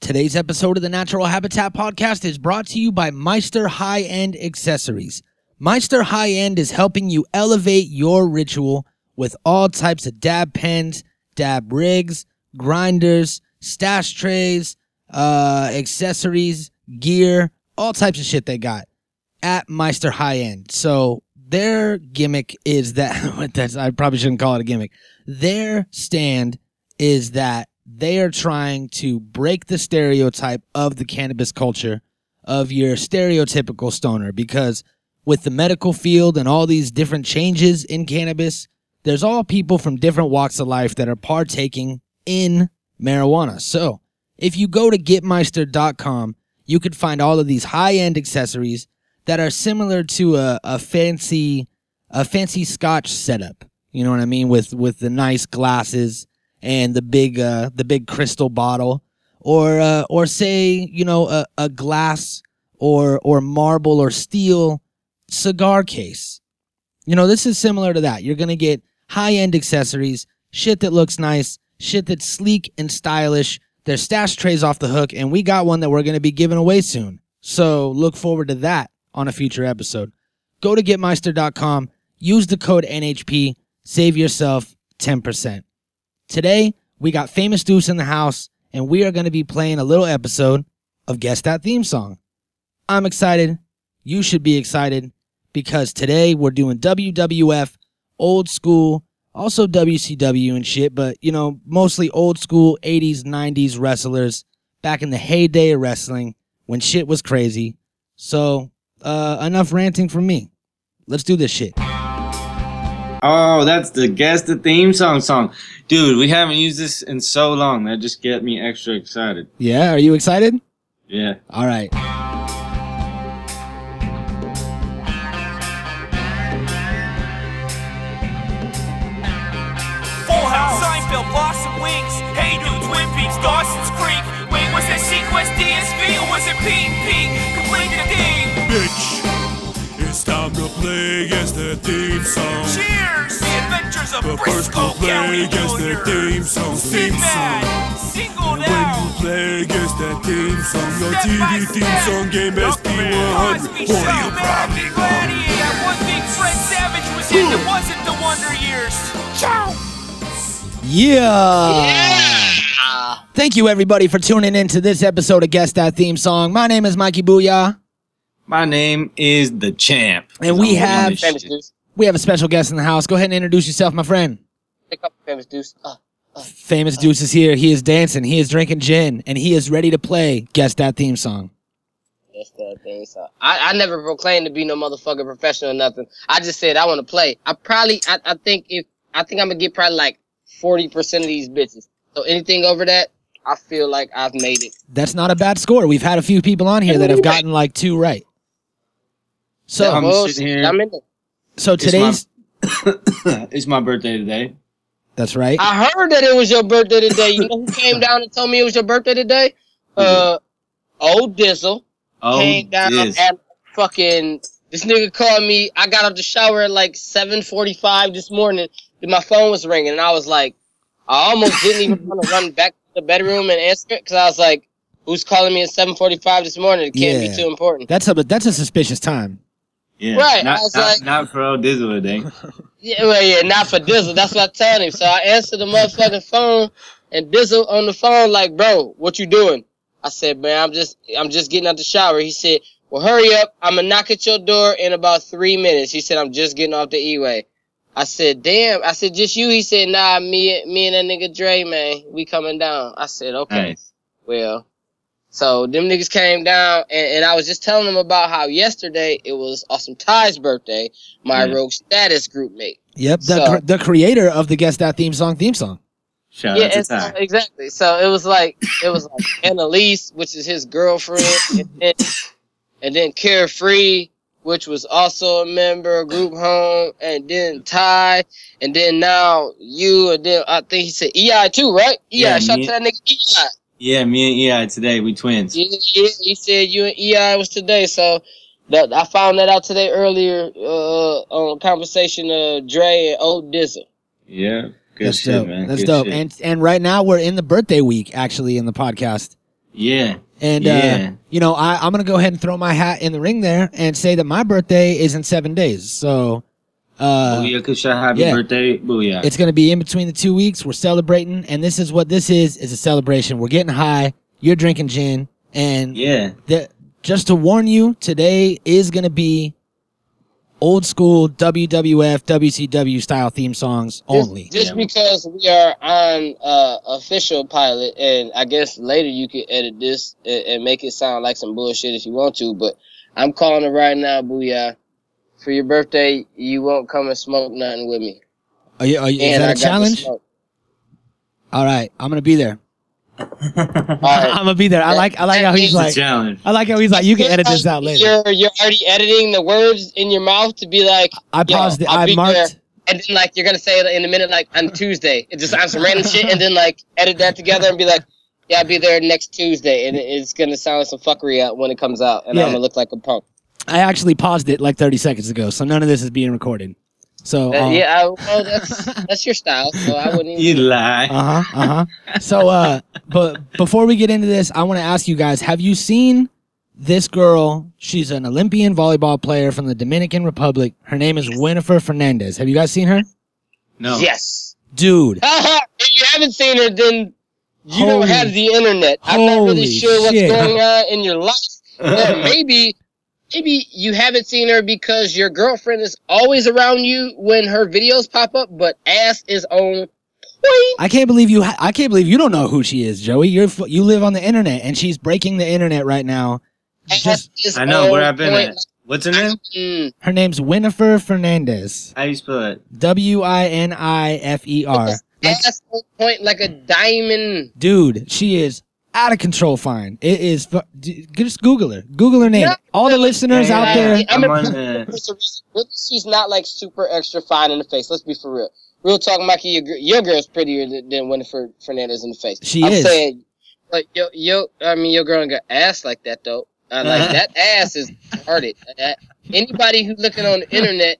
Today's episode of the Natural Habitat Podcast is brought to you by Meister High End Accessories. Meister High End is helping you elevate your ritual with all types of dab pens, dab rigs, grinders, stash trays, uh, accessories, gear, all types of shit they got at Meister High End. So their gimmick is that what that's I probably shouldn't call it a gimmick. Their stand is that they are trying to break the stereotype of the cannabis culture of your stereotypical stoner because with the medical field and all these different changes in cannabis, there's all people from different walks of life that are partaking in marijuana. So, if you go to getmeister.com, you can find all of these high-end accessories that are similar to a, a fancy a fancy scotch setup. You know what I mean with with the nice glasses and the big uh, the big crystal bottle or uh, or say, you know, a, a glass or or marble or steel cigar case. You know, this is similar to that. You're going to get high end accessories, shit that looks nice, shit that's sleek and stylish. Their stash trays off the hook, and we got one that we're going to be giving away soon. So look forward to that on a future episode. Go to getmeister.com, use the code NHP, save yourself 10%. Today, we got Famous Deuce in the house, and we are going to be playing a little episode of Guess That Theme Song. I'm excited. You should be excited because today we're doing WWF, old school, also WCW and shit, but you know, mostly old school 80s, 90s wrestlers back in the heyday of wrestling when shit was crazy. So, uh, enough ranting from me. Let's do this shit. Oh, that's the guess the theme song song. Dude, we haven't used this in so long. That just get me extra excited. Yeah, are you excited? Yeah. All right. Full House, Seinfeld, Blossom Wings, Hey Dude, Twin Peaks, Dawson's Creek. Wait, was that Sequest DSV or was it P&P? Complete the theme. bitch. It's time to play against their theme song. Cheers! The Adventures of But first Briscoe we'll play County against Jr. their theme song. Theme Sinbad, song. singled When you out. play against that theme song, your Step by TV theme step. song game SP100. Cosby What Show, are you probably American Gladiator. That one thing Fred Savage was in that wasn't the Wonder Years. Yeah. Thank you, everybody, for tuning in to this episode of Guess That Theme Song. My name is Mikey Booyah, My name is the champ. And we I'm on have- this Famous shit. Deuce. we have a special guest in the house. Go ahead and introduce yourself, my friend. Pick up Famous Deuce. Uh, Famous Deuce is here. He is dancing. He is drinking gin, and he is ready to play Guess That Theme Song. that's the thing. So I, I never proclaimed to be no motherfucking professional or nothing. I just said I want to play. I probably, I, I think if, I think I'm gonna get probably like 40% of these bitches. So anything over that, I feel like I've made it. That's not a bad score. We've had a few people on here that have gotten like two right. So, I'm Bullshit. sitting here. I'm in it. so my- today's it's my birthday today. that's right. I heard that it was your birthday today. You know who came down and told me it was your birthday today? Uh, old Dizzle. Oh, came down this. and fucking this nigga called me. I got out the shower at like seven forty five this morning. And my phone was ringing, and I was like, I almost didn't even want to run back to the bedroom and answer it because I was like, Who's calling me at seven forty five this morning? It can't Yeah. be too important. That's a that's a suspicious time. Yeah. Right, I Not, was not, like- not for old Dizzle today. Yeah, well, yeah, not for Dizzle. That's what I told him. So I answered the motherfucking phone, and Dizzle on the phone like, "Bro, what you doing?" I said, "Man, I'm just, I'm just getting out the shower." He said, "Well, hurry up. I'm gonna knock at your door in about three minutes." He said, "I'm just getting off the E-way." I said, "Damn." I said, "Just you?" He said, "Nah, me, and me and that nigga Dre, man, we coming down." I said, "Okay." Nice. Well, so them niggas came down, and, and I was just telling them about how yesterday it was Awesome Ty's birthday, my Yeah. Rogue Status group mate. Yep. The So- cr- the creator of the Guess That Theme Song theme song. Shout yeah, out to and so- Ty. exactly. So it was like it was like Annalise, which is his girlfriend, and then, and then Carefree, which was also a member of Group Home, and then Ty, and then now you, and then I think he said EI too, right? EI, Yeah, shout me- out to that nigga EI. Yeah, me and EI today, we twins. Yeah, yeah, he said you and EI was today, so that I found that out today earlier uh, on conversation of Dre and Old Dizzle. Yeah. Good That's shit, dope. man. That's Good dope. shit. And and right now we're in the birthday week actually in the podcast. Yeah. And Yeah. uh, you know, I, I'm gonna go ahead and throw my hat in the ring there and say that my birthday is in seven days. So uh, Booyah, Kusha, happy yeah. birthday. Booyah. it's gonna be in between the two weeks. We're celebrating, and this is what this is: is a celebration. We're getting high. You're drinking gin, and yeah. the, just to warn you, today is gonna be old school WWF, WCW style theme songs Just- only. Just, Yeah. because we are on uh, official pilot, and I guess later you could edit this and, and make it sound like some bullshit if you want to. But I'm calling it right now, booyah. For your birthday, you won't come and smoke nothing with me. Are you, are you, is and that I got a the challenge? smoke. All right, I'm gonna be there. All right. I'm gonna be there. I like I like how he's It's like. it's a challenge. I like how he's like. You can edit this out later. You're you're already editing the words in your mouth to be like, I yo, paused it. I'll I be marked. there. and then like you're gonna say it in a minute, like on Tuesday, It just on some random shit, and then like edit that together and be like, yeah, I'll be there next Tuesday, and it- it's gonna sound like some fuckery out when it comes out, and Yeah. I'm gonna look like a punk. I actually paused it like 30 seconds ago, so none of this is being recorded. So Uh, um, yeah, I, well, that's that's your style, so I wouldn't. You Even, lie. Uh huh. Uh huh. So uh, but before we get into this, I want to ask you guys: Have you seen this girl? She's an Olympian volleyball player from the Dominican Republic. Her name is Winifred Fernandez. Have you guys seen her? no. Yes. Dude, if you haven't seen her, then you Holy- don't have the internet. I'm not really holy sure what's shit. going on in your life. Or maybe, maybe you haven't seen her because your girlfriend is always around you when her videos pop up, but ass is on point. I can't believe you. Ha- I can't believe you don't know who she is, Joey. You're f- you live on the internet, and she's breaking the internet right now. Ass Just is I know where on I've been point. at. What's her name? Mm, her name's Winifred Fernandez. How you spell it? W i n i f e r. Like, ass on point like a diamond. dude, she is out of control. Fine, it is. fu- d- Just Google her. Google her name. Yeah. All the listeners Yeah, out yeah, there. yeah. I'm I'm a- on the. She's not like super extra fine in the face. Let's be for real. Real talk, Mikey. Your, gir- your girl's prettier than, than Winifred Fernandez in the face. She I'm is. saying, but yo, yo, I mean, your girl ain't got ass like that though. Uh, Uh-huh. like that ass is retarded. Uh, anybody who looking on the internet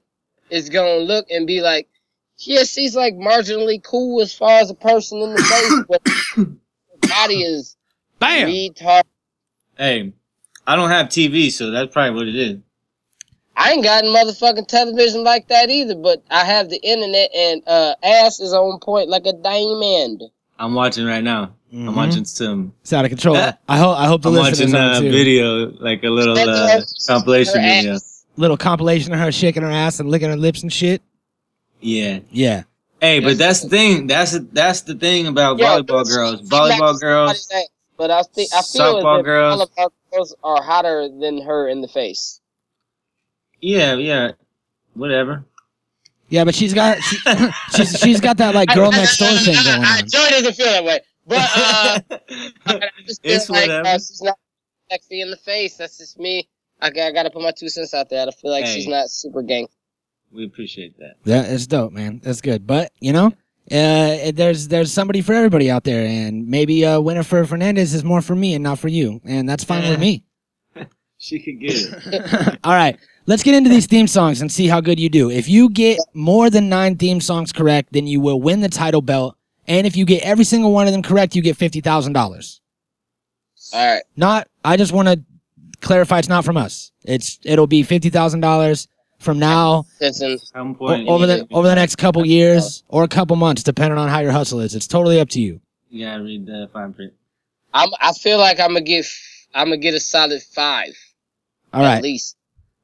is gonna look and be like, yeah, she's like marginally cool as far as a person in the face, but her body is Bam. retarded. Hey, I don't have TV, so that's probably what it is. I ain't gotten motherfucking television like that either, but I have the internet and uh ass is on point like a diamond. I'm watching right now. Mhm. Mm-hmm. I'm watching some. It's out of control. Yeah. I hope. I hope the I'm listeners watching are a too. video, like a little uh, compilation Her video. ass. Little compilation of her shaking her ass and licking her lips and shit. Yeah. Yeah. Hey, but that's the thing. That's the, that's the thing about Yeah, volleyball girls. she Volleyball smacked girls. somebody's ass, But I think I feel Softball as if girls. all of our girls are hotter than her in the face. Yeah, yeah. Whatever. Yeah, but she's got she, she's she's got that like girl next door thing going I, I, on. Joy doesn't feel that way, but uh, I just feel It's like whatever. uh, she's not sexy in the face. That's just me. I, got- I gotta put my two cents out there. I feel like Hey. she's not super gang. we appreciate that. Yeah, it's dope, man. That's good. But you know, uh, there's there's somebody for everybody out there, and maybe uh, Winifred Fernandez is more for me and not for you, and that's fine with me. She could get it. All right, let's get into these theme songs and see how good you do. If you get more than nine theme songs correct, then you will win the title belt, and if you get every single one of them correct, you get fifty thousand dollars. All right. Not, I just want to clarify, it's not from us. It's it'll be fifty thousand dollars from now That's in Some o- point. over you the gotta- over the next couple years or a couple months, depending on how your hustle is. It's totally up to you. You gotta read the fine print. I'm. I feel like I'm gonna get. f- I'm gonna get a solid five All at right. least.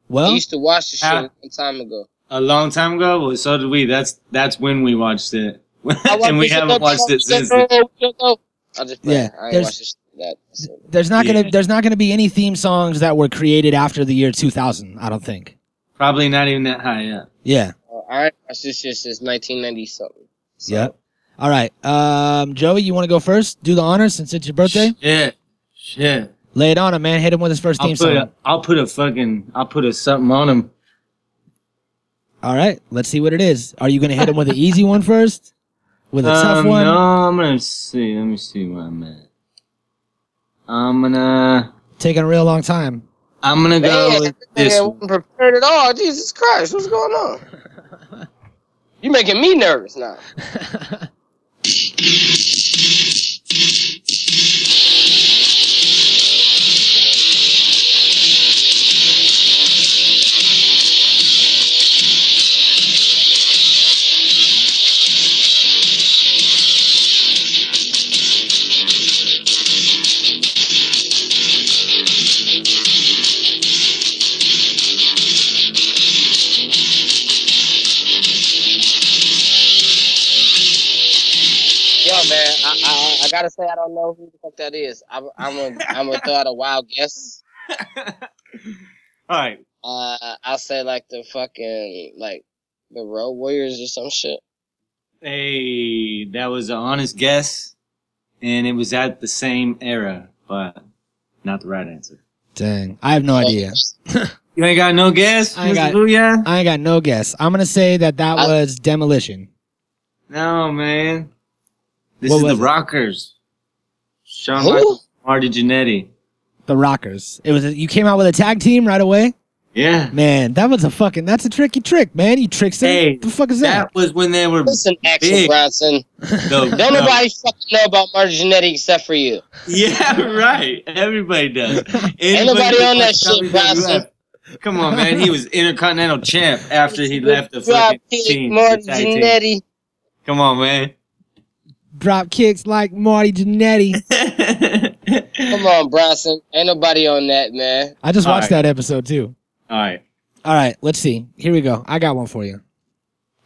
I Well, used to watch the show Ah. a time ago. A long time ago, well, so did we. That's that's when we watched it, I watched and we the show, haven't watched it since. I then. just play. Yeah, I ain't there's- watched this, that. there's not gonna Yeah. there's not gonna be any theme songs that were created after the year 2000. I don't think. Probably not even that high up. Yeah. uh, I ain't watched this shit since 1990 something. So, Yep. All right. Um, Joey, you want to go first? Do the honors since it's your birthday. Shit, shit. Lay it on him, man. Hit him with his first I'll theme put song. a, I'll put a fucking I'll put a something on him. All right. Let's see what it is. Are you gonna hit him with an easy one first? With a tough Um, one? No, I'm gonna see. Let me see where I'm at. I'm gonna Taking a real long time. I'm gonna go Man, with this. man, one. wasn't prepared at all. Jesus Christ, what's going on? you making me nervous now. gotta say, I don't know who the fuck that is. I'm, I'm gonna, I'm gonna throw out a wild guess. All right. Uh, I'll say like the fucking like the Road Warriors or some shit. Hey, that was an honest guess, and it was at the same era, but not the right answer. Dang, I have no idea. You ain't got no guess, I ain't got- Mr. Booyah? I ain't got no guess. I'm gonna say that that I- was demolition. No, man. This What is the was it? Rockers. Shawn Who? Michaels, Marty Jannetty. The Rockers. It was. A, you came out with a tag team right away. Yeah. Man, that was a fucking. That's a tricky trick, man. You tricked him. Hey, the fuck is that? That was when they were Listen, Axel big. Bronson, though. don't nobody fucking know about Marty Jannetty except for you. Yeah, right. Everybody does. Anybody nobody who on that watched shit, WWF. Come on, man. He was Intercontinental Champ after he left the fucking Dropkick team. Marty the tag team. Jannetty. Come on, man. Drop kicks like Marty Jannetty. Come on, Bronson. Ain't nobody on that, man. I just All watched right. that episode too. All right. All right, let's see. Here we go. I got one for you.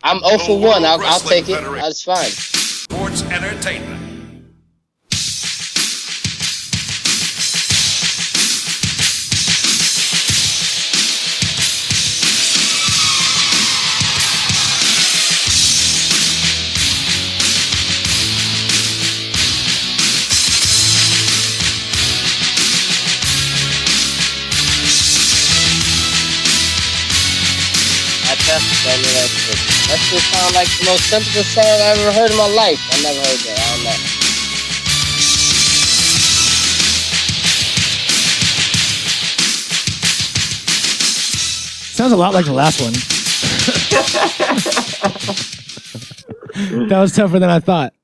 I'm 0 for 1. I'll, I'll Wrestling take it. Federation. That's fine. Sports entertainment. I tested that new record. That shit sound like the most simplest song I ever heard in my life. I never heard that. I don't know. Sounds a lot like the last one. that was tougher than I thought.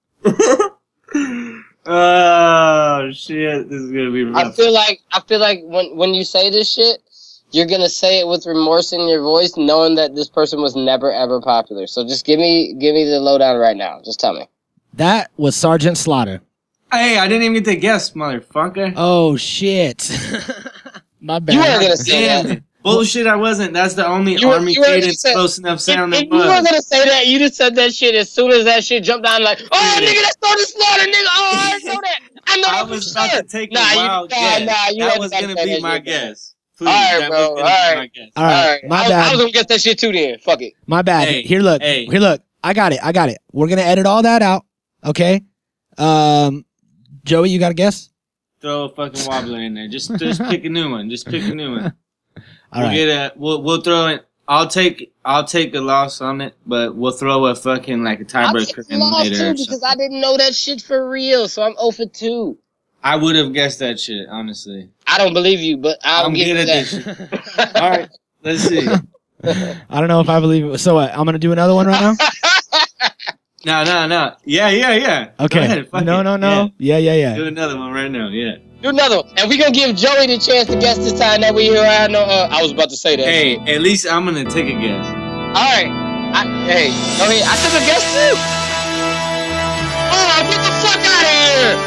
Oh shit! This is gonna be I rough. feel like I feel like when when you say this shit, you're gonna say it with remorse in your voice, knowing that this person was never ever popular. So just give me give me the lowdown right now. Just tell me. That was Sergeant Slaughter. Hey, I didn't even get to guess, motherfucker. Oh shit. My bad. You weren't gonna say Damn that. it. Bullshit! I wasn't. That's the only You were- army you were cadence upset. close enough sound if, that if you were was. gonna say that, you just said that shit as soon as that shit jumped down. Like, oh, Yeah. nigga, that's not the slaughter, nigga. Oh, I already know that. I know I that was for about sure. to take nah, a you, wild nah, guess. Nah, that you wasn't was about gonna say be that my shit. guess. Please, All right, that bro, was gonna all be my right. guess. All right, my I, was- bad. I was gonna get that shit too. Then fuck it. My bad. Hey, here, look. hey. Here, look. I got it. I got it. We're gonna edit all that out. Okay. Um, Joey, you got a guess? Throw a fucking wobbler in there. Just just pick a new one. Just pick a new one. All we'll right. get a we'll we'll throw it. I'll take I'll take a loss on it, but we'll throw a fucking like a I tiebreaker in lost later. too or because something. I didn't know that shit for real. So I'm 0 for 2. I would have guessed that shit honestly. I don't believe you, but I'll I'm give good you at that. this. shit. All right, let's see. I don't know if I believe it. So what? I'm gonna do another one right now. No, no, no. Yeah, yeah, yeah. Go Okay. ahead, fuck no, it. no, no. Yeah, yeah, Yeah. yeah. Do another one right now. Yeah. Do another one. And we gonna give Joey the chance to guess this time that we here. I know. Uh, I was about to say that. Hey, at least I'm gonna take a guess. All right. I, hey, go ahead. I took a guess too. Oh, get the fuck out of here!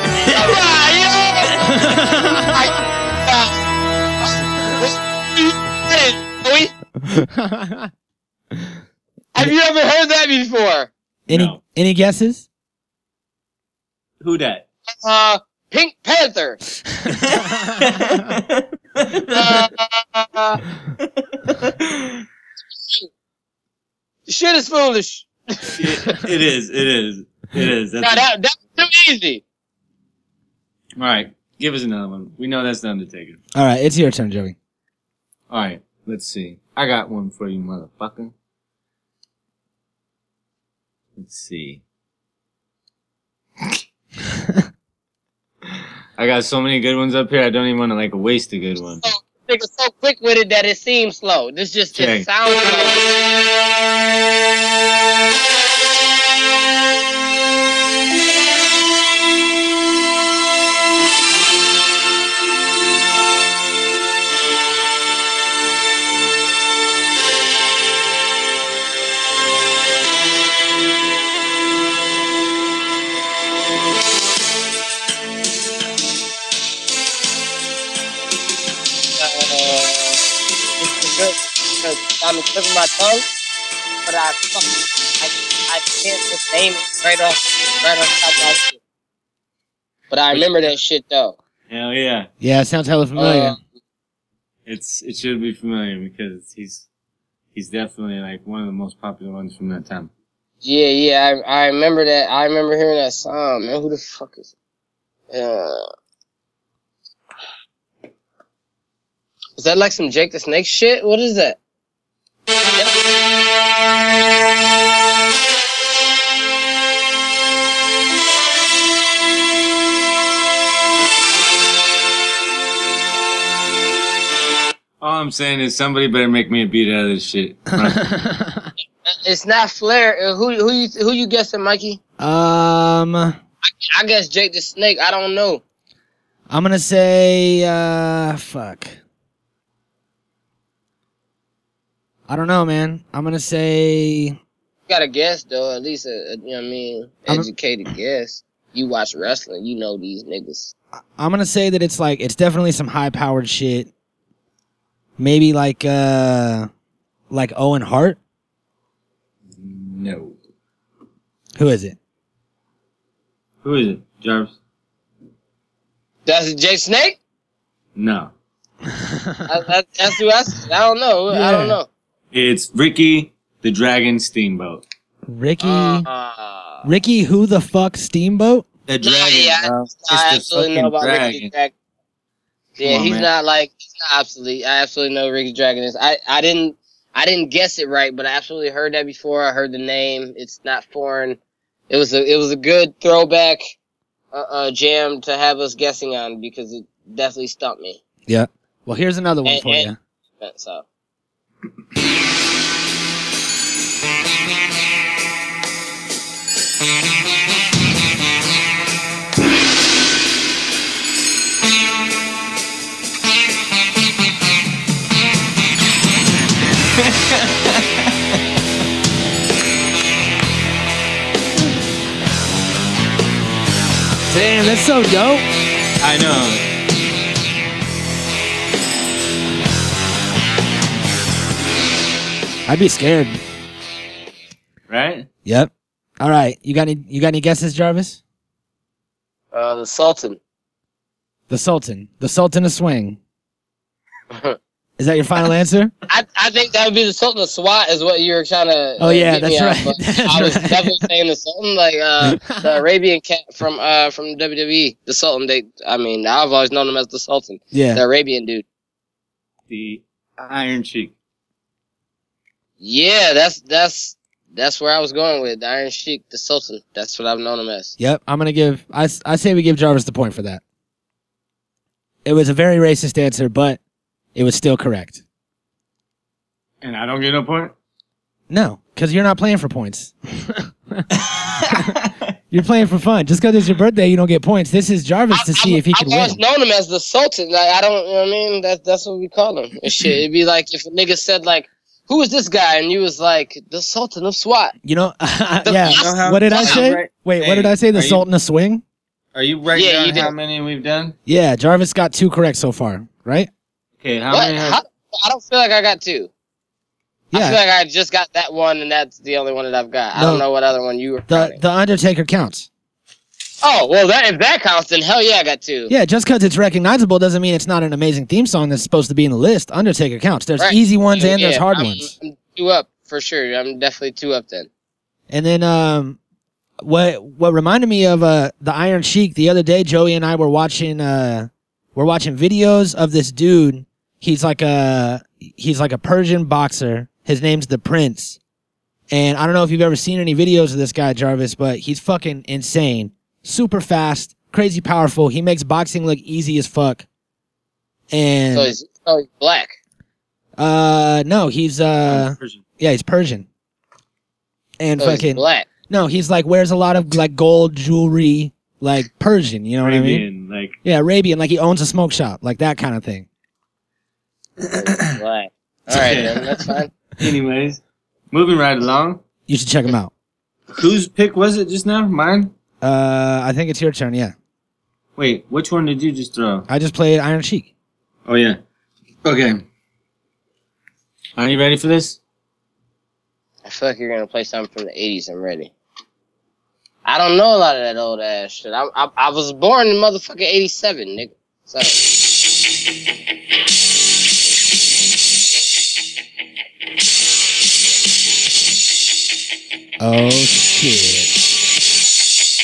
Ah, yeah. I- ah. Hey, Joey, Have you ever heard that before? any No. any guesses? Who that? Uh, Pink Panther. Uh, shit is foolish. it, it is. It is. It is. That's Now that that's too easy. All right, give us another one. We know that's the Undertaker. All right, it's your turn, Joey. All right, let's see. I got one for you, motherfucker. Let's see. I got so many good ones up here. I don't even want to like waste a good one. So, nigga, so quick with it that it seems slow. This just Okay. it sounds slow. Uh, it's good because Uh, I'm clipping my tongue, but I fucking I, I can't sustain it right off right off top of my head. But I remember that shit though. Hell yeah. Yeah, it sounds hella familiar. Uh, It's it should be familiar because he's he's definitely like one of the most popular ones from that time. yeah, yeah, I, I remember that. I remember hearing that song. Man, who the fuck is? Uh, is that like some Jake the Snake shit? What is that? All I'm saying is somebody better make me a beat out of this shit. It's not Flair. Uh, Who who you who you guessing, Mikey? um, I guess Jake the Snake. I don't know. I'm gonna say, uh, fuck. I don't know, man. I'm gonna say, got to guess though, at least a, a you know what I mean, I'm- educated guess. You watch wrestling, you know these niggas. I'm gonna say that it's like it's definitely some high powered shit. Maybe like, uh, like Owen Hart. no. Who is it? Who is it? Jarvis? That's Jake Snake. No. I, I, that's who I. s- I don't know. I don't Yeah. know. It's Ricky the Dragon Steamboat. Ricky. Uh, Ricky, who the fuck Steamboat? The No, dragon. yeah, I- bro. It's I the absolutely know fucking about Ricky dragon. Dragon. Yeah, on, he's man. not like he's not obsolete. I absolutely know who Ricky Dragon is. I I didn't I didn't guess it right, but I absolutely heard that before. I heard the name. It's not foreign. It was a it was a good throwback uh, uh jam to have us guessing on because it definitely stumped me. Yeah. Well, here's another one Eh, for eh. you. But, so Damn, that's so dope. I know. I'd be scared. Right? Yep. All right. You got any? You got any guesses, Jarvis? uh, the Sultan. The Sultan. The Sultan of Swing. Is that your final answer? I, I think that would be the Sultan of SWAT is what you were trying to. uh, Oh, yeah, that's on, right. but That's I was right. definitely saying the Sultan, like uh, the Arabian cat from uh from WWE. The Sultan, they. I mean, I've always known him as the Sultan, the Yeah. Arabian dude. The Iron Cheek. Yeah, that's that's that's where I was going with the Iron Sheik, the Sultan. That's what I've known him as. Yep. I'm gonna give. I, s- I say we give Jarvis the point for that. It was a very racist answer, but it was still correct. And I don't get no point? No, because you're not playing for points. you're playing for fun. Just because it's your birthday, you don't get points. This is Jarvis to see if he I've can win. always known him as the Sultan. Like I don't, you know what I mean? That's that's what we call him. And shit, it'd be like if a nigga said like, "Who is this guy?" and you was like, "The Sultan of SWAT." You know, You know yeah. how- What did I Hey, say? right- Wait, what hey, did I say? The are you- Sultan of Swing? Are you writing Yeah, down you did. how many we've done? Yeah, Jarvis got two correct so far, right? Okay, how What? many have How- I don't feel like I got two. I feel Yeah. like I just got that one, and that's the only one that I've got. I don't No. know what other one you were. The counting. the Undertaker counts. oh well, that if that counts, then hell yeah, I got two. Yeah, just because it's recognizable doesn't mean it's not an amazing theme song that's supposed to be in the list. Undertaker counts. There's Right. easy ones Hell and there's yeah, hard I'm- ones. I'm two up for sure. I'm definitely two up then. And then um what what reminded me of uh the Iron Sheik the other day Joey and I were watching uh we're watching videos of this dude. He's like a he's like a Persian boxer. His name's the Prince. And I don't know if you've ever seen any videos of this guy Jarvis, but he's fucking insane. Super fast, crazy powerful. He makes boxing look easy as fuck. And So he's oh he's black. uh no, he's uh Persian. yeah, he's Persian. And So he's fucking black. no, he's like wears a lot of like gold jewelry, like Persian. You know what I mean? Arabian, like Yeah, Arabian. Like he owns a smoke shop, like that kind of thing. He's black. All right, then that's fine. anyways. Moving right along. You should check him out. Whose pick was it just now? Mine? Uh, I think it's your turn. Yeah, Wait, which one did you just throw? I just played Iron Sheik. Oh yeah. Okay. Are you ready for this? I feel like you're gonna play something from the '80s. I'm ready. I don't know a lot of that old ass shit. I I, I was born in motherfucking eighty seven, nigga. So Oh shit.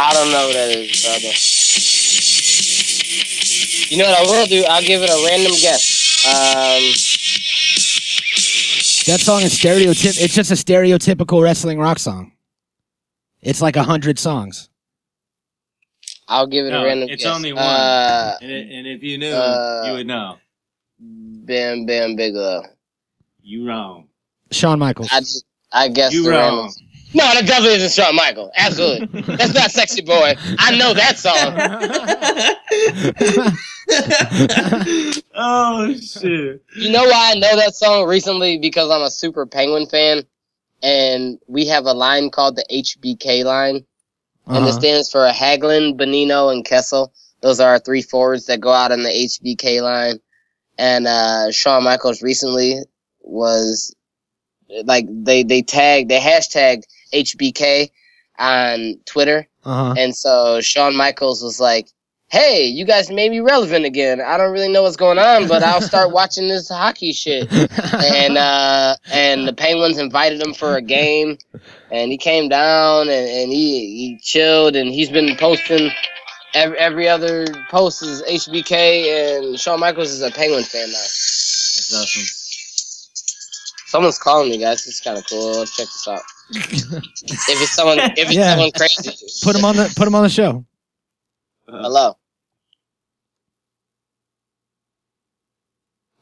I don't know what that is, brother. You know what I will do? I'll give it a random guess. Um. That song is stereotyp it's just a stereotypical wrestling rock song. It's like a hundred songs. I'll give it No, a random it's guess. only one. Uh, And, it, and if you knew, Uh, you would know. Bam Bam Bigelow. You wrong. Shawn Michaels. I just, I guess You the wrong. random. No, that definitely isn't Shawn Michael. Absolutely. That's not Sexy Boy. I know that song. oh shit! You know why I know that song recently? Because I'm a super Penguin fan. And we have a line called the HBK line. And it Uh-huh. stands for Haglin, Benino, and Kessel. Those are our three forwards that go out in the HBK line. And uh, Shawn Michaels recently was like they they tagged they hashtagged HBK on Twitter, Uh-huh. and so Shawn Michaels was like, "Hey, you guys made me relevant again. I don't really know what's going on, but I'll start watching this hockey shit." and uh, and the Penguins invited him for a game, and he came down and, and he he chilled, and he's been posting every, every other post is HBK, and Shawn Michaels is a Penguin fan now. That's awesome. Someone's calling me, guys. It's kind of cool. Let's check this out. if it's someone, if it's Yeah. someone crazy, put him on the put him on the show. Hello.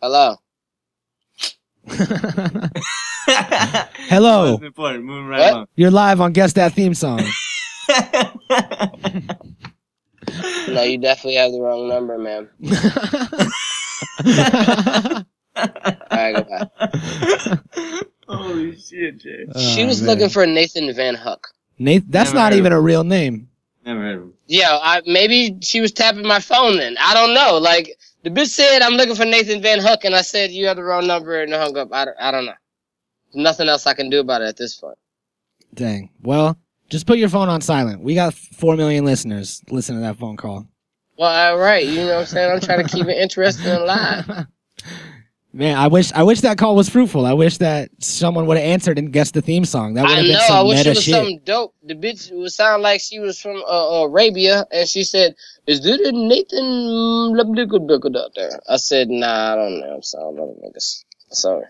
Hello. Hello. Oh. That's important. Moving right What? along. You're live on Guess That Theme Song. No, you definitely have the wrong number, man. All right, goodbye. Holy shit, Jay. Oh, she was looking for Nathan Van Hook. Nathan, that's Never not heard of even a real name. Never heard of him. Yeah, I, maybe she was tapping my phone then. I don't know. Like, the bitch said, I'm looking for Nathan Van Hook, and I said, you have the wrong number, and I hung up. I don't, I don't know. There's nothing else I can do about it at this point. Dang. Well, just put your phone on silent. We got four million listeners. Listen to that phone call. Well, all right. You know what I'm saying? I'm trying to keep it interesting and live. Man, I wish I wish that call was fruitful. I wish that someone would have answered and guessed the theme song. That would I have been know. I some wish it meta was shit. something dope. The bitch would sound like she was from uh, Arabia, and she said, "Is there a Nathan Labdickaduckad out there?" I said, "Nah, I don't know. I'm sorry, I don't know this. Sorry."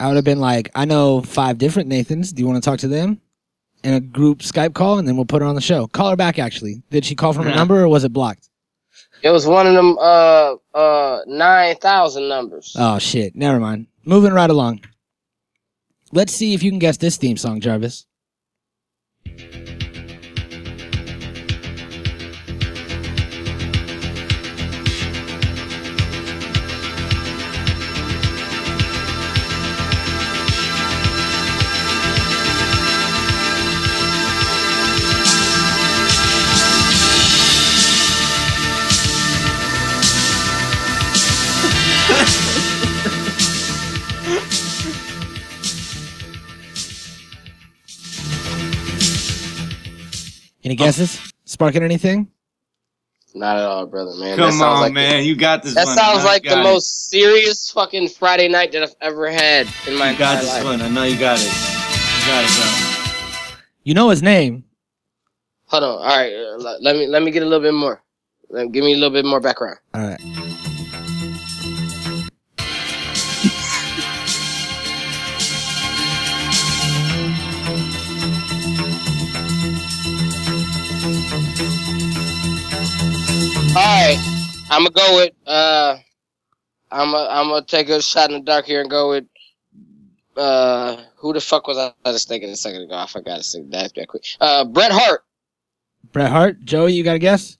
I would have been like, I know five different Nathans. Do you want to talk to them? In a group Skype call, and then we'll put her on the show. Call her back. Actually, did she call from a Yeah. number or was it blocked? It was one of them uh uh nine thousand numbers. Oh shit. Never mind. Moving right along. Let's see if you can guess this theme song, Jarvis. Any guesses? Sparking anything? Not at all, brother, man. That Come sounds on, like man. You got this That one. I sounds know like you the got it. most serious fucking Friday night that I've ever had in my You got entire this life. one. I know you got it. You got it, You know his name. Hold on. All right, uh, le- let me let me get a little bit more. Let- Give me a little bit more background. All right. All right, I'm gonna go with uh, I'm gonna I'm gonna take a shot in the dark here and go with uh, who the fuck was I, I just thinking a second ago? I forgot to say that that quick. Uh, Bret Hart. Bret Hart, Joey, you got a guess?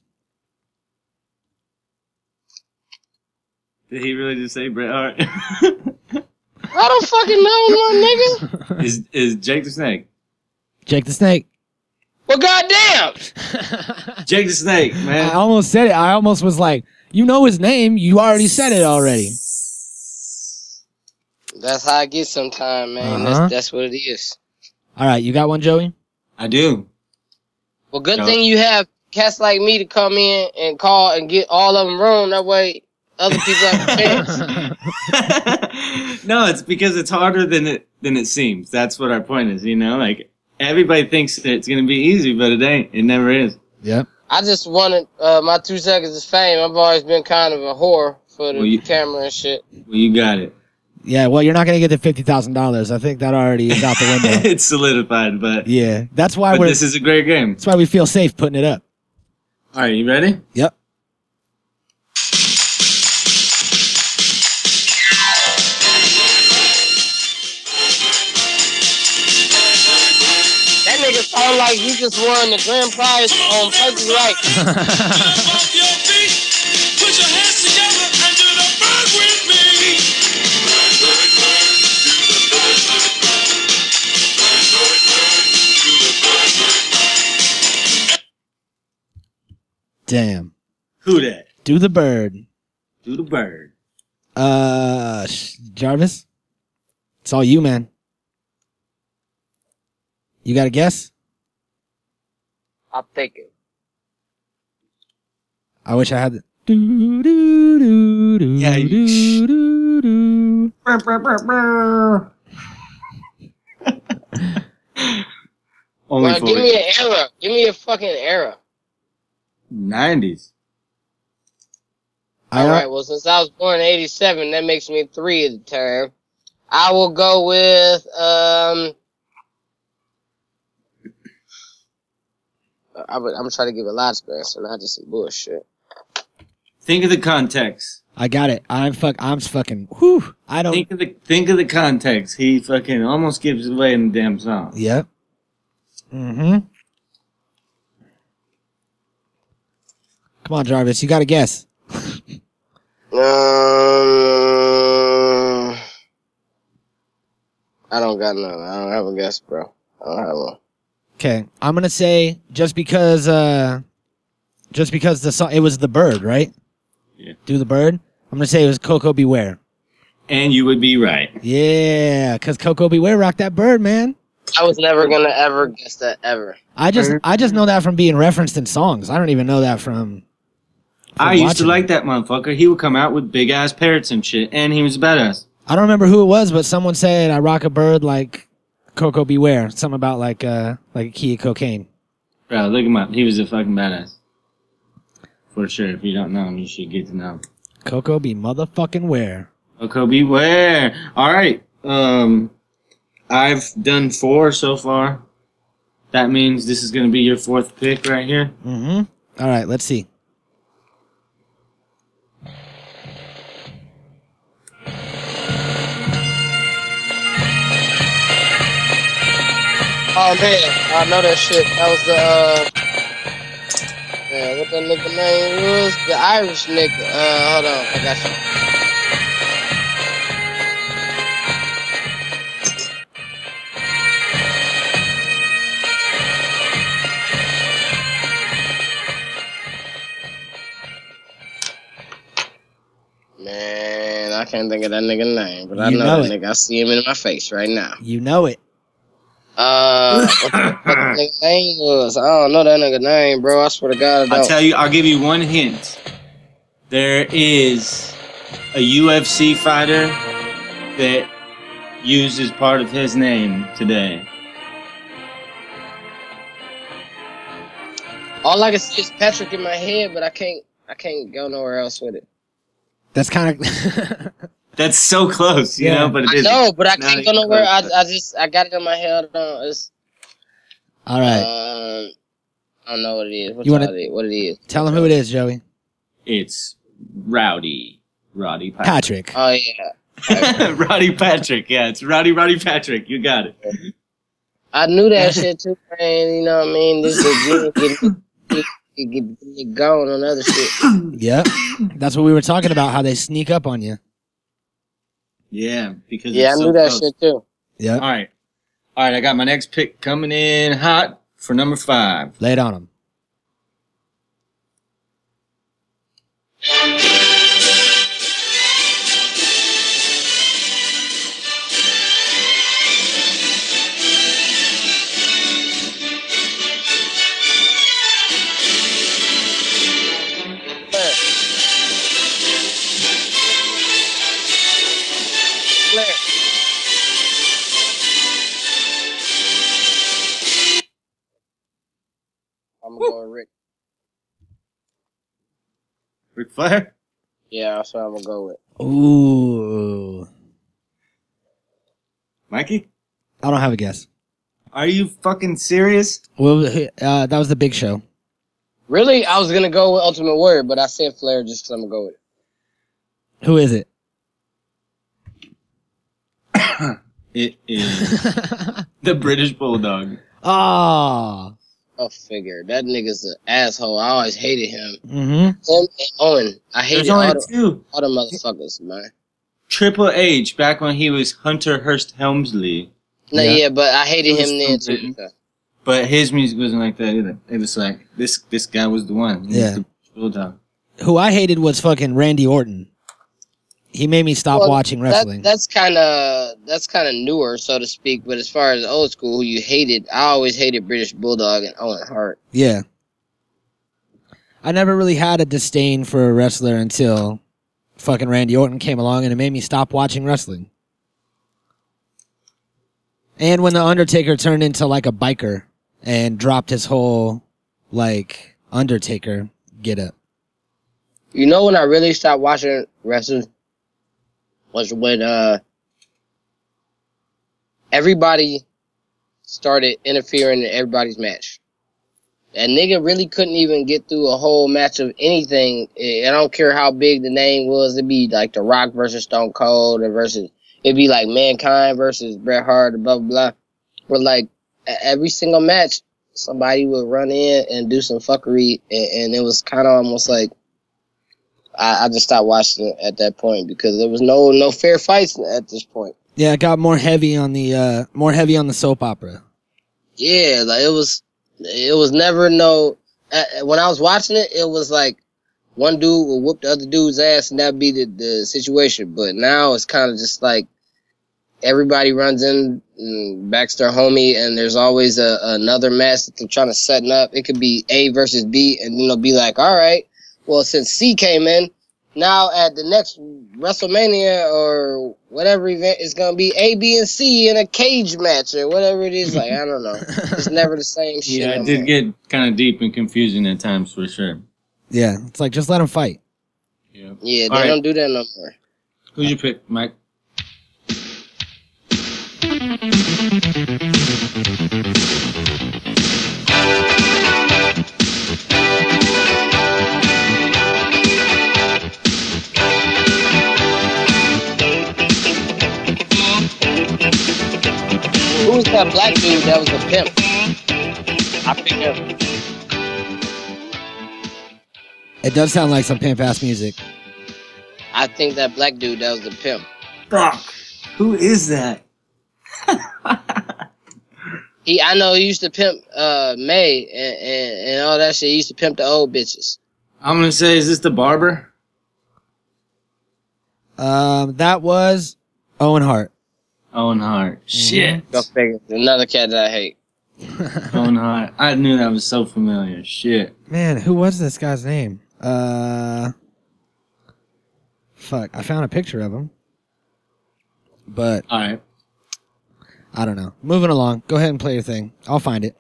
though. Did he really just say Bret Hart? I don't fucking know, my nigga. is is Jake the Snake? Jake the Snake. Well, goddamn. Jake the Snake, I man. almost said it. I almost was like, you know his name. You already said it already. That's how I get sometime, man. Uh-huh. That's that's what it is. All right, you got one, Joey? I do. Well, good No. thing you have cats like me to come in and call and get all of them wrong. That way, other people have a chance. no, it's because it's harder than it than it seems. That's what our point is. You know, like everybody thinks that it's gonna be easy, but it ain't. It never is. Yep. I just wanted uh, my two seconds of fame. I've always been kind of a whore for the Well, you- camera and shit. Well, you got it. Yeah, well, you're not going to get the $50,000. I think that already is out the window. it's solidified, but yeah, that's why but we're this is a great game. that's why we feel safe putting it up. All right, you ready? Yep. That nigga sound like you just won the grand prize on Price is Right. off your feet, put your hands together and do the burn with me. Damn. Who that? Do the bird. Do the bird. Uh, sh- Jarvis? It's all you, man. You got a guess? I'm thinking. I wish I had the. Do, do, do, do, Yeah, you- do, do, do. Brr, brr, brr, brr. Only Bro, for give me an era. Give me a fucking era. nineties. I- All right. Well, since I was born in '87, that makes me three at the time. I will go with um. I'm, I'm trying to give a logical answer, not just some bullshit. Think of the context. I got it. I'm fuck. I'm fucking. Whew. I don't. Think of the think of the context. He fucking almost gives it away in the damn song. Yep. Mm-hmm. Come on, Jarvis. You got to guess. Um, I don't got none. I don't have a guess, bro. I don't have one. Okay, I'm gonna say just because, uh just because the song it was the bird, right? Yeah. Do the bird. I'm gonna say it was Coco Beware. And you would be right. Yeah, cause Coco Beware rocked that bird, man. I was never gonna ever guess that ever. I just, Bird. I just know that from being referenced in songs. I don't even know that from. I used to watching. like that motherfucker. He would come out with big ass parrots and shit, and he was a badass. I don't remember who it was, but someone said I rock a bird like Coco Beware. Something about like, uh like a key of cocaine. Bro, look him up. He was a fucking badass. For sure. If you don't know him, you should get to know him. Oh, Coco be motherfucking where? Coco, beware. All right. Um, I've done four so far. That means this is gonna be your fourth pick right here. Mm-hmm. All right, let's see. Oh man, I know that shit. That was the uh, man, what that nigga name was? The Irish nigga. Uh, hold on, I got you. Man, I can't think of that nigga name, but I You know, know that it. nigga. I see him in my face right now. You know it. Uh, what the Mm. fuck that nigga name was? I don't know that nigga name, bro. I swear to God, I I'll don't. tell you. I'll give you one hint. There is a UFC fighter that uses part of his name today. All I can see is Patrick in my head, but I can't. I can't go nowhere else with it. That's kind of. That's so close, you Yeah. know, but it I is. know, but I Not can't go even nowhere. I, close. I just I got it in my head. uh, It's, All right. um, I don't know what it is. What You wanna- it is. What it is? Tell him who it is, Joey. It's Rowdy. Roddy Patrick. Patrick. Oh yeah, Roddy Patrick. Yeah, it's Roddy Roddy Patrick. You got it. I knew that shit too, man. You know what I mean? This is getting get, get, get, get going on other shit. Yep. That's what we were talking about, how they sneak up on you. Yeah, because Yeah, I it's so knew that close. shit too. Yep. All right, all right. I got my next pick coming in hot for number five. Lay it on him. Blair. Blair. I'm gonna go with Rick. Ric Flair? Yeah, that's what I'm gonna go with. Ooh. Mikey? I don't have a guess. Are you fucking serious? Well, uh, that was the big show. Really, I was gonna go with Ultimate Warrior, but I said Flair just 'cause I'm gonna go with it. Who is it? It is the British Bulldog. Ah. Oh, figure that nigga's an asshole. I always hated him. hmm Him and Owen, I hated There's all only the, two. all the motherfuckers, man. Triple H, back when he was Hunter Hurst Helmsley. No, Yeah. yeah, but I hated He was him then too. stupid. But his music wasn't like that either. It was like, this this guy was the one. He was Yeah. the British Bulldog. Who I hated was fucking Randy Orton. He made me stop Well, watching That- wrestling. that's kind of that's kind of newer, so to speak. But as far as old school, who you hated, I always hated British Bulldog and Owen Hart. yeah. I never really had a disdain for a wrestler until fucking Randy Orton came along and it made me stop watching wrestling. And when The Undertaker turned into like a biker and dropped his whole like Undertaker get up. You know when I really stopped watching wrestling was when uh everybody started interfering in everybody's match. That nigga really couldn't even get through a whole match of anything. I I don't care how big the name was. It'd be like The Rock versus Stone Cold or versus, it'd be like Mankind versus Bret Hart or blah, blah, blah. But like e- every single match, somebody would run in and do some fuckery. And, and it was kind of almost like, I, I just stopped watching it at that point because there was no, no fair fights at this point. Yeah, it got more heavy on the uh more heavy on the soap opera. Yeah, like it was, it was never no. Uh, uh, when I was watching it, it was like one dude would whoop the other dude's ass, and that'd be the, the situation. But now it's kind of just like everybody runs in and backs their homie, and there's always a, another match that they're trying to set up. It could be A versus B, and then they'll be like, all right, well, since C came in, now at the next WrestleMania or whatever event, it's gonna be A, B, and C in a cage match or whatever it is. Like I don't know, it's never the same shit. Yeah, no it more. did get kind of deep and confusing at times for sure. Yeah, it's like just let him fight. Yeah. Yeah, they All right. don't do that no more. Who's your pick, Mike? Who was that black dude that was a pimp? I picked him. It does sound like some pimp ass music. I think that black dude that was the pimp. Fuck. Who is that? He, I know he used to pimp uh May and, and, and all that shit. He used to pimp the old bitches. I'm gonna say, is this the barber? Um, that was Owen Hart. Owen Hart. Shit. Go figure. Another cat that I hate. Owen Hart. I knew that was so familiar. Shit. Man, who was this guy's name? Uh, fuck, I found a picture of him, but All right. I don't know. Moving along, go ahead and play your thing. I'll find it.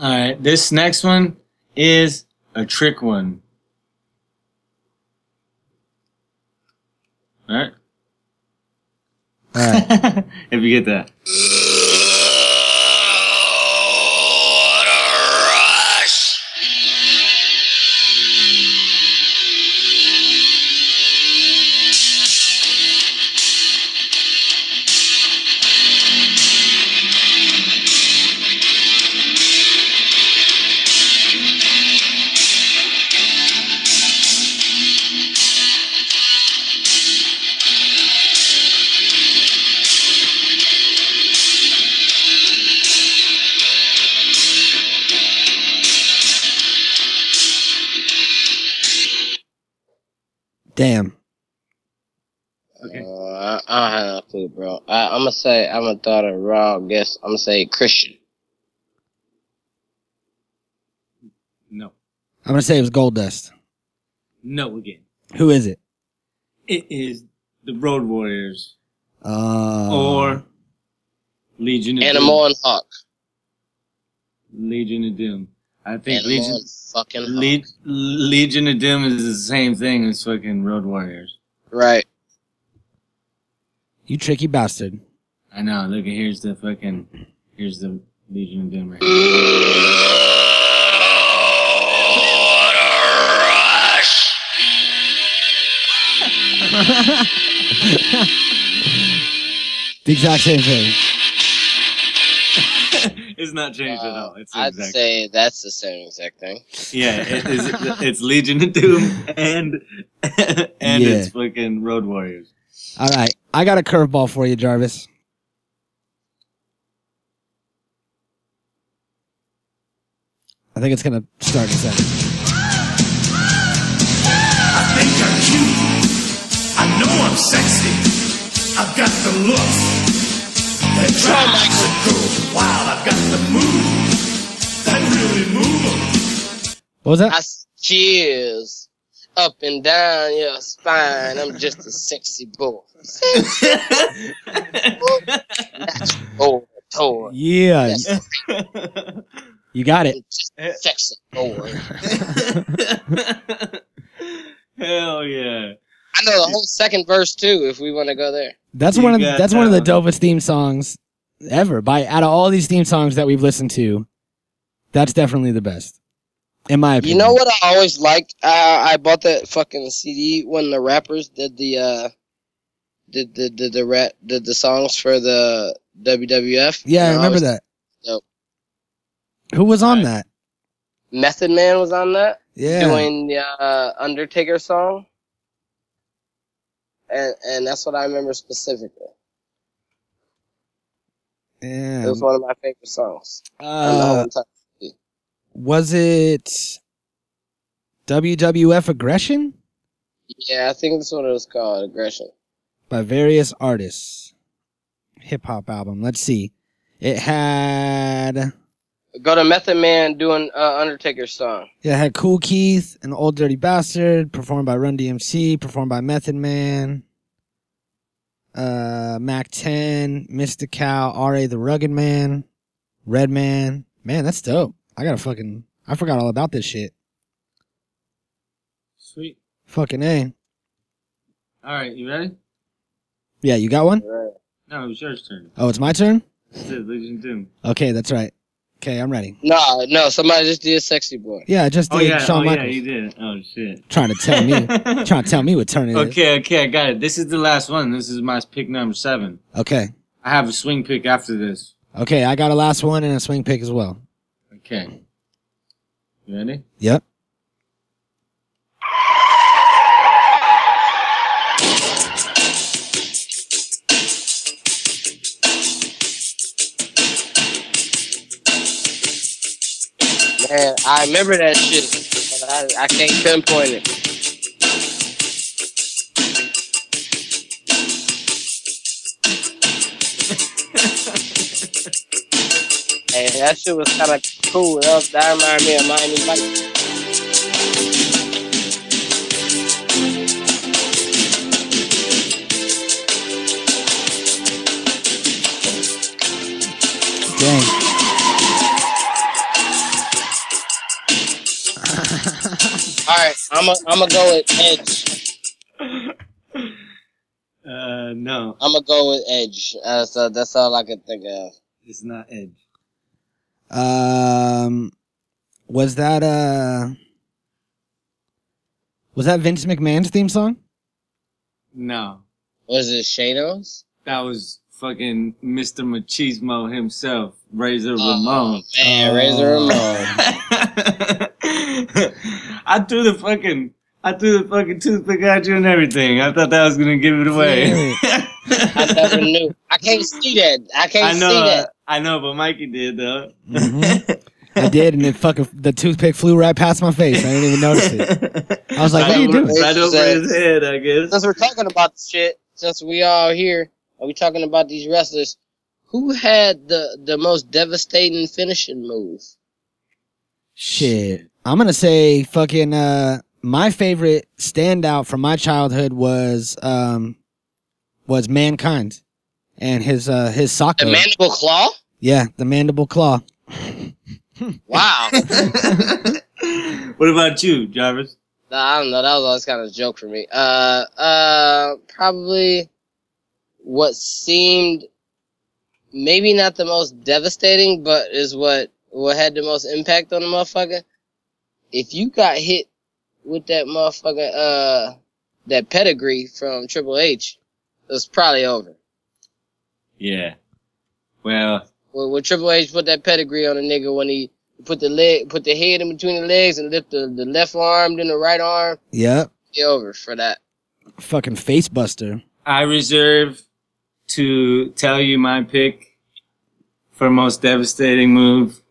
All right. This next one is a trick one. All right. All right, if you get that. What a rush! What Damn. Uh, I, I don't have a clue, bro. I, I'm gonna say I'm gonna throw a raw guess. I'm gonna say Christian. No. I'm gonna say it was Gold Dust. No again. Who is it? It is the Road Warriors Uh, or Legion of Animal and Hawk. Doom. Legion of Doom. I think Animal Legion and fucking Hawk. Le- Legion of Doom is the same thing as fucking Road Warriors. Right. you tricky bastard. I know. Look, here's the fucking here's the Legion of Doom right here. The exact same thing. It's not changed at all. Oh, It's I'd exact. say that's the same exact thing. Yeah, it is, it's Legion of Doom and and it's fucking Road Warriors. All right, I got a curveball for you, Jarvis. I think it's gonna start in a second. think I'm cute. I know I'm sexy. I've got the looks that drive the girls wild. I've got the moves that really move 'em. What was I that? s- chills up and down your spine. I'm just a sexy boy. Sexy boy. Natural boy. toy. Yeah, Yes, I'm you got it. just a sexy boy. Hell yeah. I know the whole second verse too, if we want to go there. That's You one of the, got that's one of the that dopest theme songs ever. By out of all these theme songs that we've listened to, that's definitely the best, in my You opinion. know what I always liked? I I bought that fucking CD when the rappers did the uh did the did the rap did the songs for the WWF. Yeah, I And remember was- that. Dope. Who was on Right. that? Method Man was on that. Yeah, doing the uh, Undertaker song, and and that's what I remember specifically. It yeah. was one of my favorite songs. And the whole Uh, entire- was it WWF Aggression yeah, I think that's what it was called, Aggression. by various artists? Hip hop album. Let's see. It had Go to Method Man doing uh, Undertaker song. it had Cool Keith, an old dirty bastard, performed by Run DMC, performed by Method Man, uh, Mac Ten, Mr. Cow, R.A. the Rugged Man, Red Man. Man, that's dope. I gotta fucking I forgot all about this shit. Sweet. Fucking A. All right, you ready? Yeah, you got one? Right. No, it was your turn. Oh, it's my turn? This is Legion of Doom. Okay, that's right. Okay, I'm ready. No, no, somebody just did "Sexy Boy." Yeah, I just Oh did yeah, Shawn oh yeah, Michaels. you did. Oh shit. Trying to tell me trying to tell me what turn it is. okay, okay, I got it. This is the last one. This is my pick number seven. Okay. I have a swing pick after this. Okay, I got a last one and a swing pick as well. Okay. You ready? Yep. Man, I remember that shit, but I, I can't pinpoint it. And that shit was kind of cool. That, was, that reminded me of Miami Vice. Dang. All right, I'm gonna I'm go with Edge. Uh, no, I'm gonna go with Edge. Uh, so that's all I could think of. it's not Edge. Um was that uh was that Vince McMahon's theme song? No, Was it Shadows? that was fucking Mr. Machismo himself, Razor Ramon. Oh, man, Razor Oh. Ramon. I threw the fucking, I threw the fucking toothpick at you and everything. I thought that was gonna give it away. I never knew. I can't see that. I can't I know, see that. I know, but Mikey did though. Mhm. I did, and it fucking the toothpick flew right past my face. I didn't even notice it. I was like, right "What are you over- doing?" Right over his head, I guess. Since we're talking about this shit, since we all here, are we talking about these wrestlers? Who had the the most devastating finishing move? Shit. I'm gonna say fucking uh my favorite standout from my childhood was um was mankind and his uh his The soccer. mandible claw? yeah, the mandible claw. Wow. nah, What about you, Jarvis? I don't know. That was always kind of a joke for me. Uh, uh, probably what seemed maybe not the most devastating, but is what what had the most impact on the motherfucker. If you got hit with that motherfucker, uh, that pedigree from Triple H, it was probably over. Yeah. Well, when, when Triple H put that pedigree on a nigga when he put the leg, put the head in between the legs and lift the, the left arm, then the right arm. Yep. Get over for that. Fucking face buster. I reserve to tell you my pick for most devastating move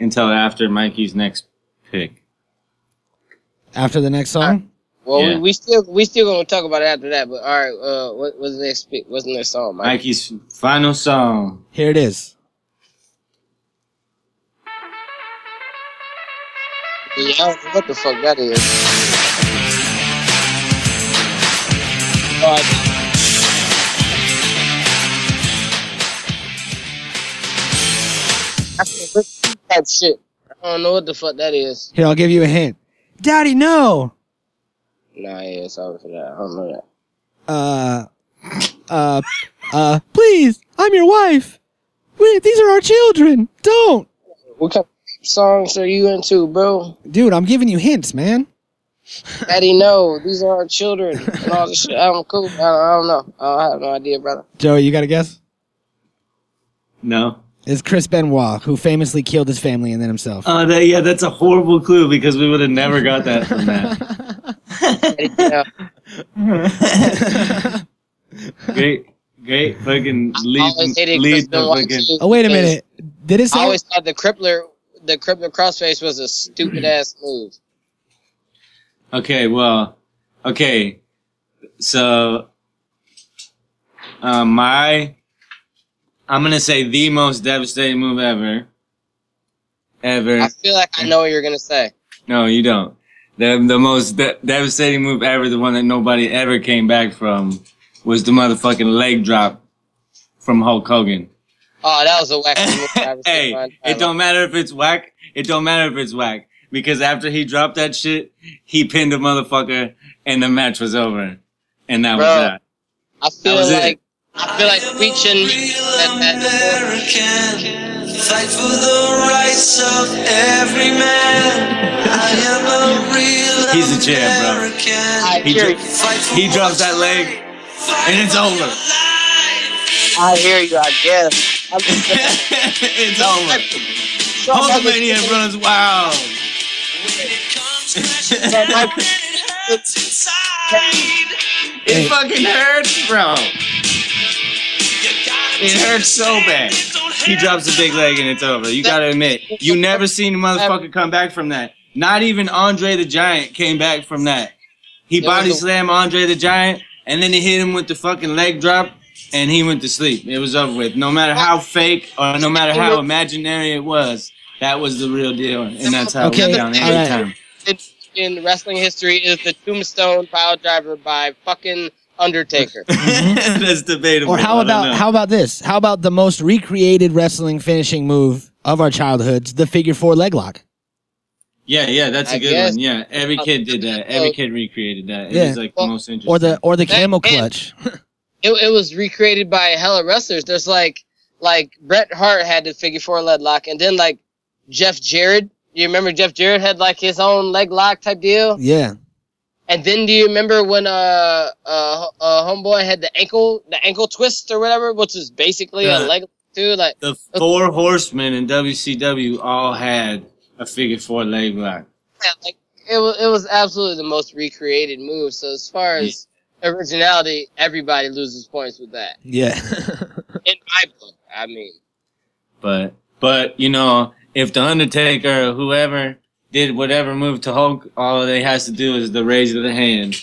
until after Mikey's next pick. After the next song? Well, Yeah. we, we still we still gonna talk about it after that. But all right, uh, what was the next pick? What's the next song, Mike? Mikey's final song. Here it is. Yeah, I don't know what the fuck that is? All right, I can't listen to that shit. I don't know what the fuck that is. Here, I'll give you a hint. Daddy, no. Nah, yeah, sorry for that. I don't know that. Uh uh uh please, I'm your wife. We, these are our children. Don't. What kind of songs are you into, bro? Dude, I'm giving you hints, man. Daddy, no, these are our children and all this shit. I don't cool. I don't, I don't know. I have no idea, brother. Joey, you got a guess? No. is Chris Benoit, who famously killed his family and then himself. Oh, that, yeah, that's a horrible clue because we would have never got that from that. Daddy, no. Great, great fucking I lead, always hated Chris lead the Benoit. fucking. oh, wait a minute. Did it I say? always thought the crippler, the crippler crossface was a stupid ass move. Okay, well, okay, so uh, my, I'm gonna say the most devastating move ever, ever. I feel like I know what you're gonna say. No, you don't. The the most de- devastating move ever, the one that nobody ever came back from, was the motherfucking leg drop from Hulk Hogan. Oh, that was a wacky move. I've ever seen in my hey, entire it don't matter if it's whack. It don't matter if it's whack because after he dropped that shit, he pinned a motherfucker, and the match was over, and that Bro. was that. life. I That feel was it. like I feel like preaching that, that American, fight for the rights of every man. I am a real He's a champ, bro. American. He, Jerry. dro- Fight for he drops what's that leg, and it's over. I hear you. I guess. I'm it's over. Hulkamania runs wild. It fucking hurts, bro. It hurts so bad. He drops a big leg and it's over. You gotta admit, you never seen a motherfucker come back from that. Not even Andre the Giant came back from that. He That was body the- slammed Andre the Giant, and then he hit him with the fucking leg drop, and he went to sleep. It was over with. No matter how fake or no matter how imaginary it was, that was the real deal, and that's how it Okay, went down every alright. time. in, in wrestling history is the Tombstone Piledriver by fucking Undertaker. that's debatable. or how I don't about know. how about this? How about the most recreated wrestling finishing move of our childhoods, the figure four leg lock? Yeah, yeah, that's a I good guess- one. Yeah, every kid did that. Every Uh, kid recreated that. It yeah. was like the Well, most interesting. Or the or the That- camel and- clutch. it, it was recreated by hella wrestlers. There's like like Bret Hart had the figure four leg lock, and then like Jeff Jarrett. You remember Jeff Jarrett had like his own leg lock type deal? Yeah. And then do you remember when uh uh, uh homeboy had the ankle the ankle twist or whatever, which is basically Yeah. a leg lock too? Like the four horsemen in WCW all had a figure four leg lock. yeah, like it was it was absolutely the most recreated move. So as far as originality, everybody loses points with that. Yeah. In my book, I mean. But but you know, if the Undertaker or whoever did whatever move to Hulk, all they has to do is the raise of the hand,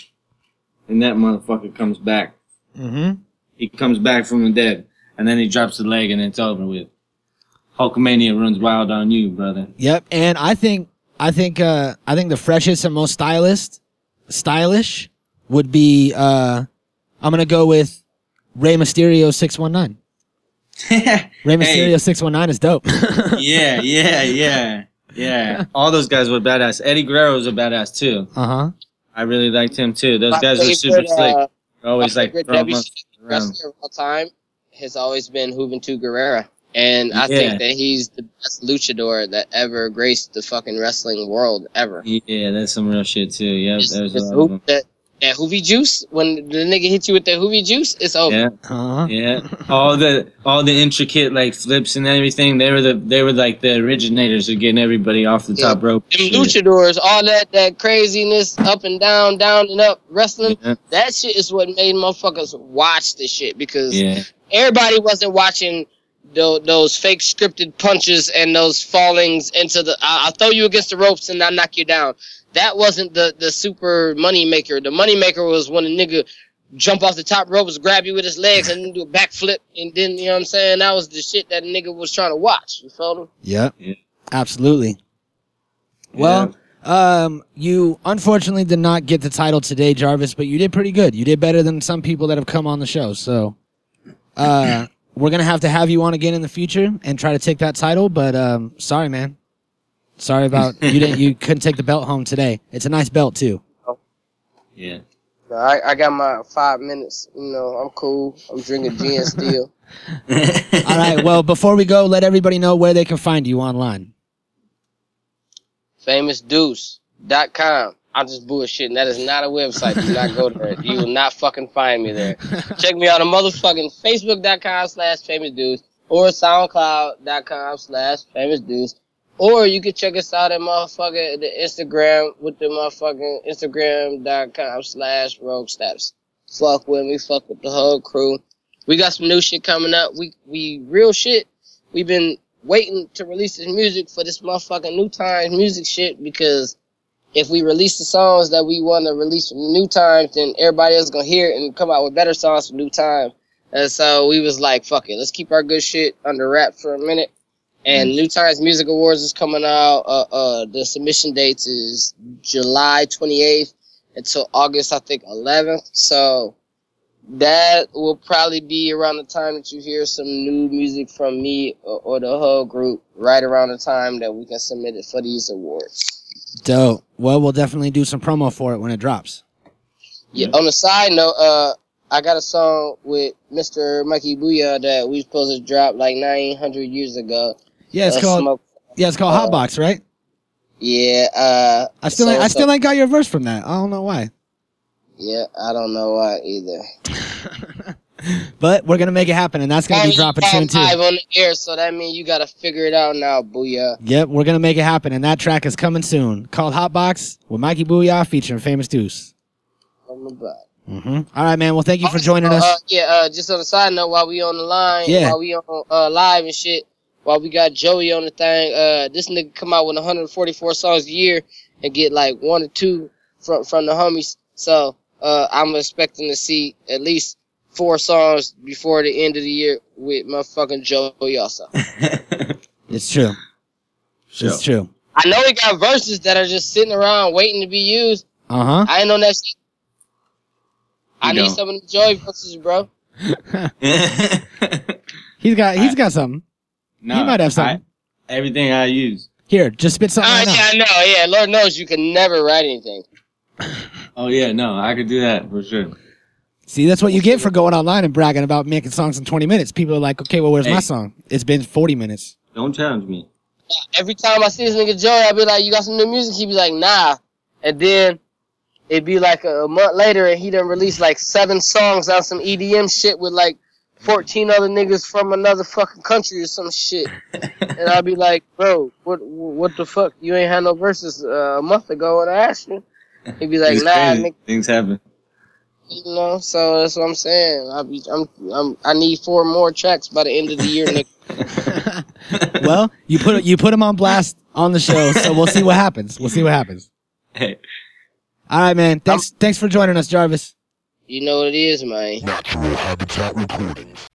and that motherfucker comes back. Mm-hmm. He comes back from the dead, and then he drops the leg, and it's over with. Hulkamania runs wild on you, brother. Yep. And I think I think uh I think the freshest and most stylist stylish would be uh I'm gonna go with Rey Mysterio six one nine. Rey Mysterio six one nine is dope. Uh-huh. yeah, yeah, yeah, yeah. All those guys were badass. Eddie Guerrero was a badass too. uh-huh. I really liked him too. Those My guys were super favorite, slick. uh, Always my like favorite throwing WCW monsters around. wrestler of all time has always been Juventud Guerrera. And I Yeah. think that he's the best luchador that ever graced the fucking wrestling world ever. Yeah, that's some real shit too. Yeah, Just- that was a just lot of hoop them. that, that hoovy juice, when the nigga hit you with that hoovy juice, it's over. Yeah, Uh-huh. yeah. All the all the intricate like flips and everything. They were the they were like the originators of getting everybody off the Yeah. top rope. Them Shit. luchadors, all that that craziness, up and down, down and up, wrestling. Yeah. That shit is what made motherfuckers watch this shit because Yeah, everybody wasn't watching tho- those fake scripted punches and those fallings into the. I- I'll throw you against the ropes and I'll knock you down. That wasn't the the super money maker. The money maker was when a nigga jump off the top ropes, grab you with his legs, and then do a backflip, and then you know what I'm saying. That was the shit that a nigga was trying to watch. You feel me? Yep. Yeah. Absolutely. Well, um, you unfortunately did not get the title today, Jarvis, but you did pretty good. You did better than some people that have come on the show. So, uh, we're gonna have to have you on again in the future and try to take that title. But um, sorry, man. Sorry about you didn't. You couldn't take the belt home today. It's a nice belt too. yeah. I, I got my five minutes. You know, I'm cool. I'm drinking gin still. All right. Well, before we go, let everybody know where they can find you online. famousdeuce.com. I'm just bullshitting. That is not a website. Do not go there. You will not fucking find me there. Check me out on motherfucking facebook.com slash famousdeuce or soundcloud.com slash famousdeuce. Or you can check us out at motherfucking the Instagram with the motherfucking instagram.com slash rogue steps. Fuck with me. Fuck with the whole crew. We got some new shit coming up. We, we real shit we've been waiting to release this music for this motherfucking new times music shit because if we release the songs that we want to release from new times, then everybody else gonna hear it and come out with better songs from new times. And so we was like, fuck it, let's keep our good shit under wraps for a minute. And New Times Music Awards is coming out. Uh, uh, the submission dates is July 28th until August, I think, 11th. So that will probably be around the time that you hear some new music from me or, or the whole group right around the time that we can submit it for these awards. Dope. Well, we'll definitely do some promo for it when it drops. Yeah. On a side note, uh, I got a song with Mr. Mikey Booyah that we supposed to drop like 900 years ago. Yeah, it's Uh, called. Smoke. Yeah, it's called uh, Hotbox, right? Yeah. Uh, I still, so- ain't, I so- still ain't got your verse from that. I don't know why, Yeah, I don't know why either. but we're gonna make it happen, and that's gonna be dropping soon Only time live too. on the air, so that means you gotta figure it out now, Booyah. Yep, we're gonna make it happen, and that track is coming soon. Called Hotbox with Mikey Booyah featuring Famous Deuce. I'm about. Mm-hmm. All right, man. Well, thank you for Also, joining us. Uh, yeah, uh, just on a side note, while we on the line, Yeah. while we on uh, live and shit, while we got Joey on the thing, uh, this nigga come out with 144 songs a year and get like one or two from from the homies. So uh, I'm expecting to see at least four songs before the end of the year with motherfucking Joey also. It's true. Sure. It's true. I know he got verses that are just sitting around waiting to be used. Uh huh. I ain't on that shit. I You need don't. some of the Joey verses, bro. He's got, he's got something. No, He might have something. I- everything I use. Here, just spit something. Uh, right now. yeah, I know. Yeah, Lord knows you can never write anything. Oh yeah, no, I could do that for sure. See, that's what you get for going online and bragging about making songs in 20 minutes. People are like, okay, well, where's my Hey. song? It's been 40 minutes. Don't challenge me. Every time I see this nigga Joey, I be like, "You got some new music?" He be like, "Nah," and then it'd be like a month later, and he done released like seven songs on some EDM shit with like fourteen other niggas from another fucking country or some shit. and I'd be like, "Bro, what what the fuck? You ain't had no verses uh, a month ago when I asked you." He'd be like, It's "Nah, crazy. nigga, Things happen. you know." So that's what I'm saying. I be, I'm, I'm I need four more tracks by the end of the year, nigga. well, you put you put him on blast on the show, so we'll see what happens. We'll see what happens. Hey. All right, man. Thanks thanks for joining us, Jarvis. You know what it is, man.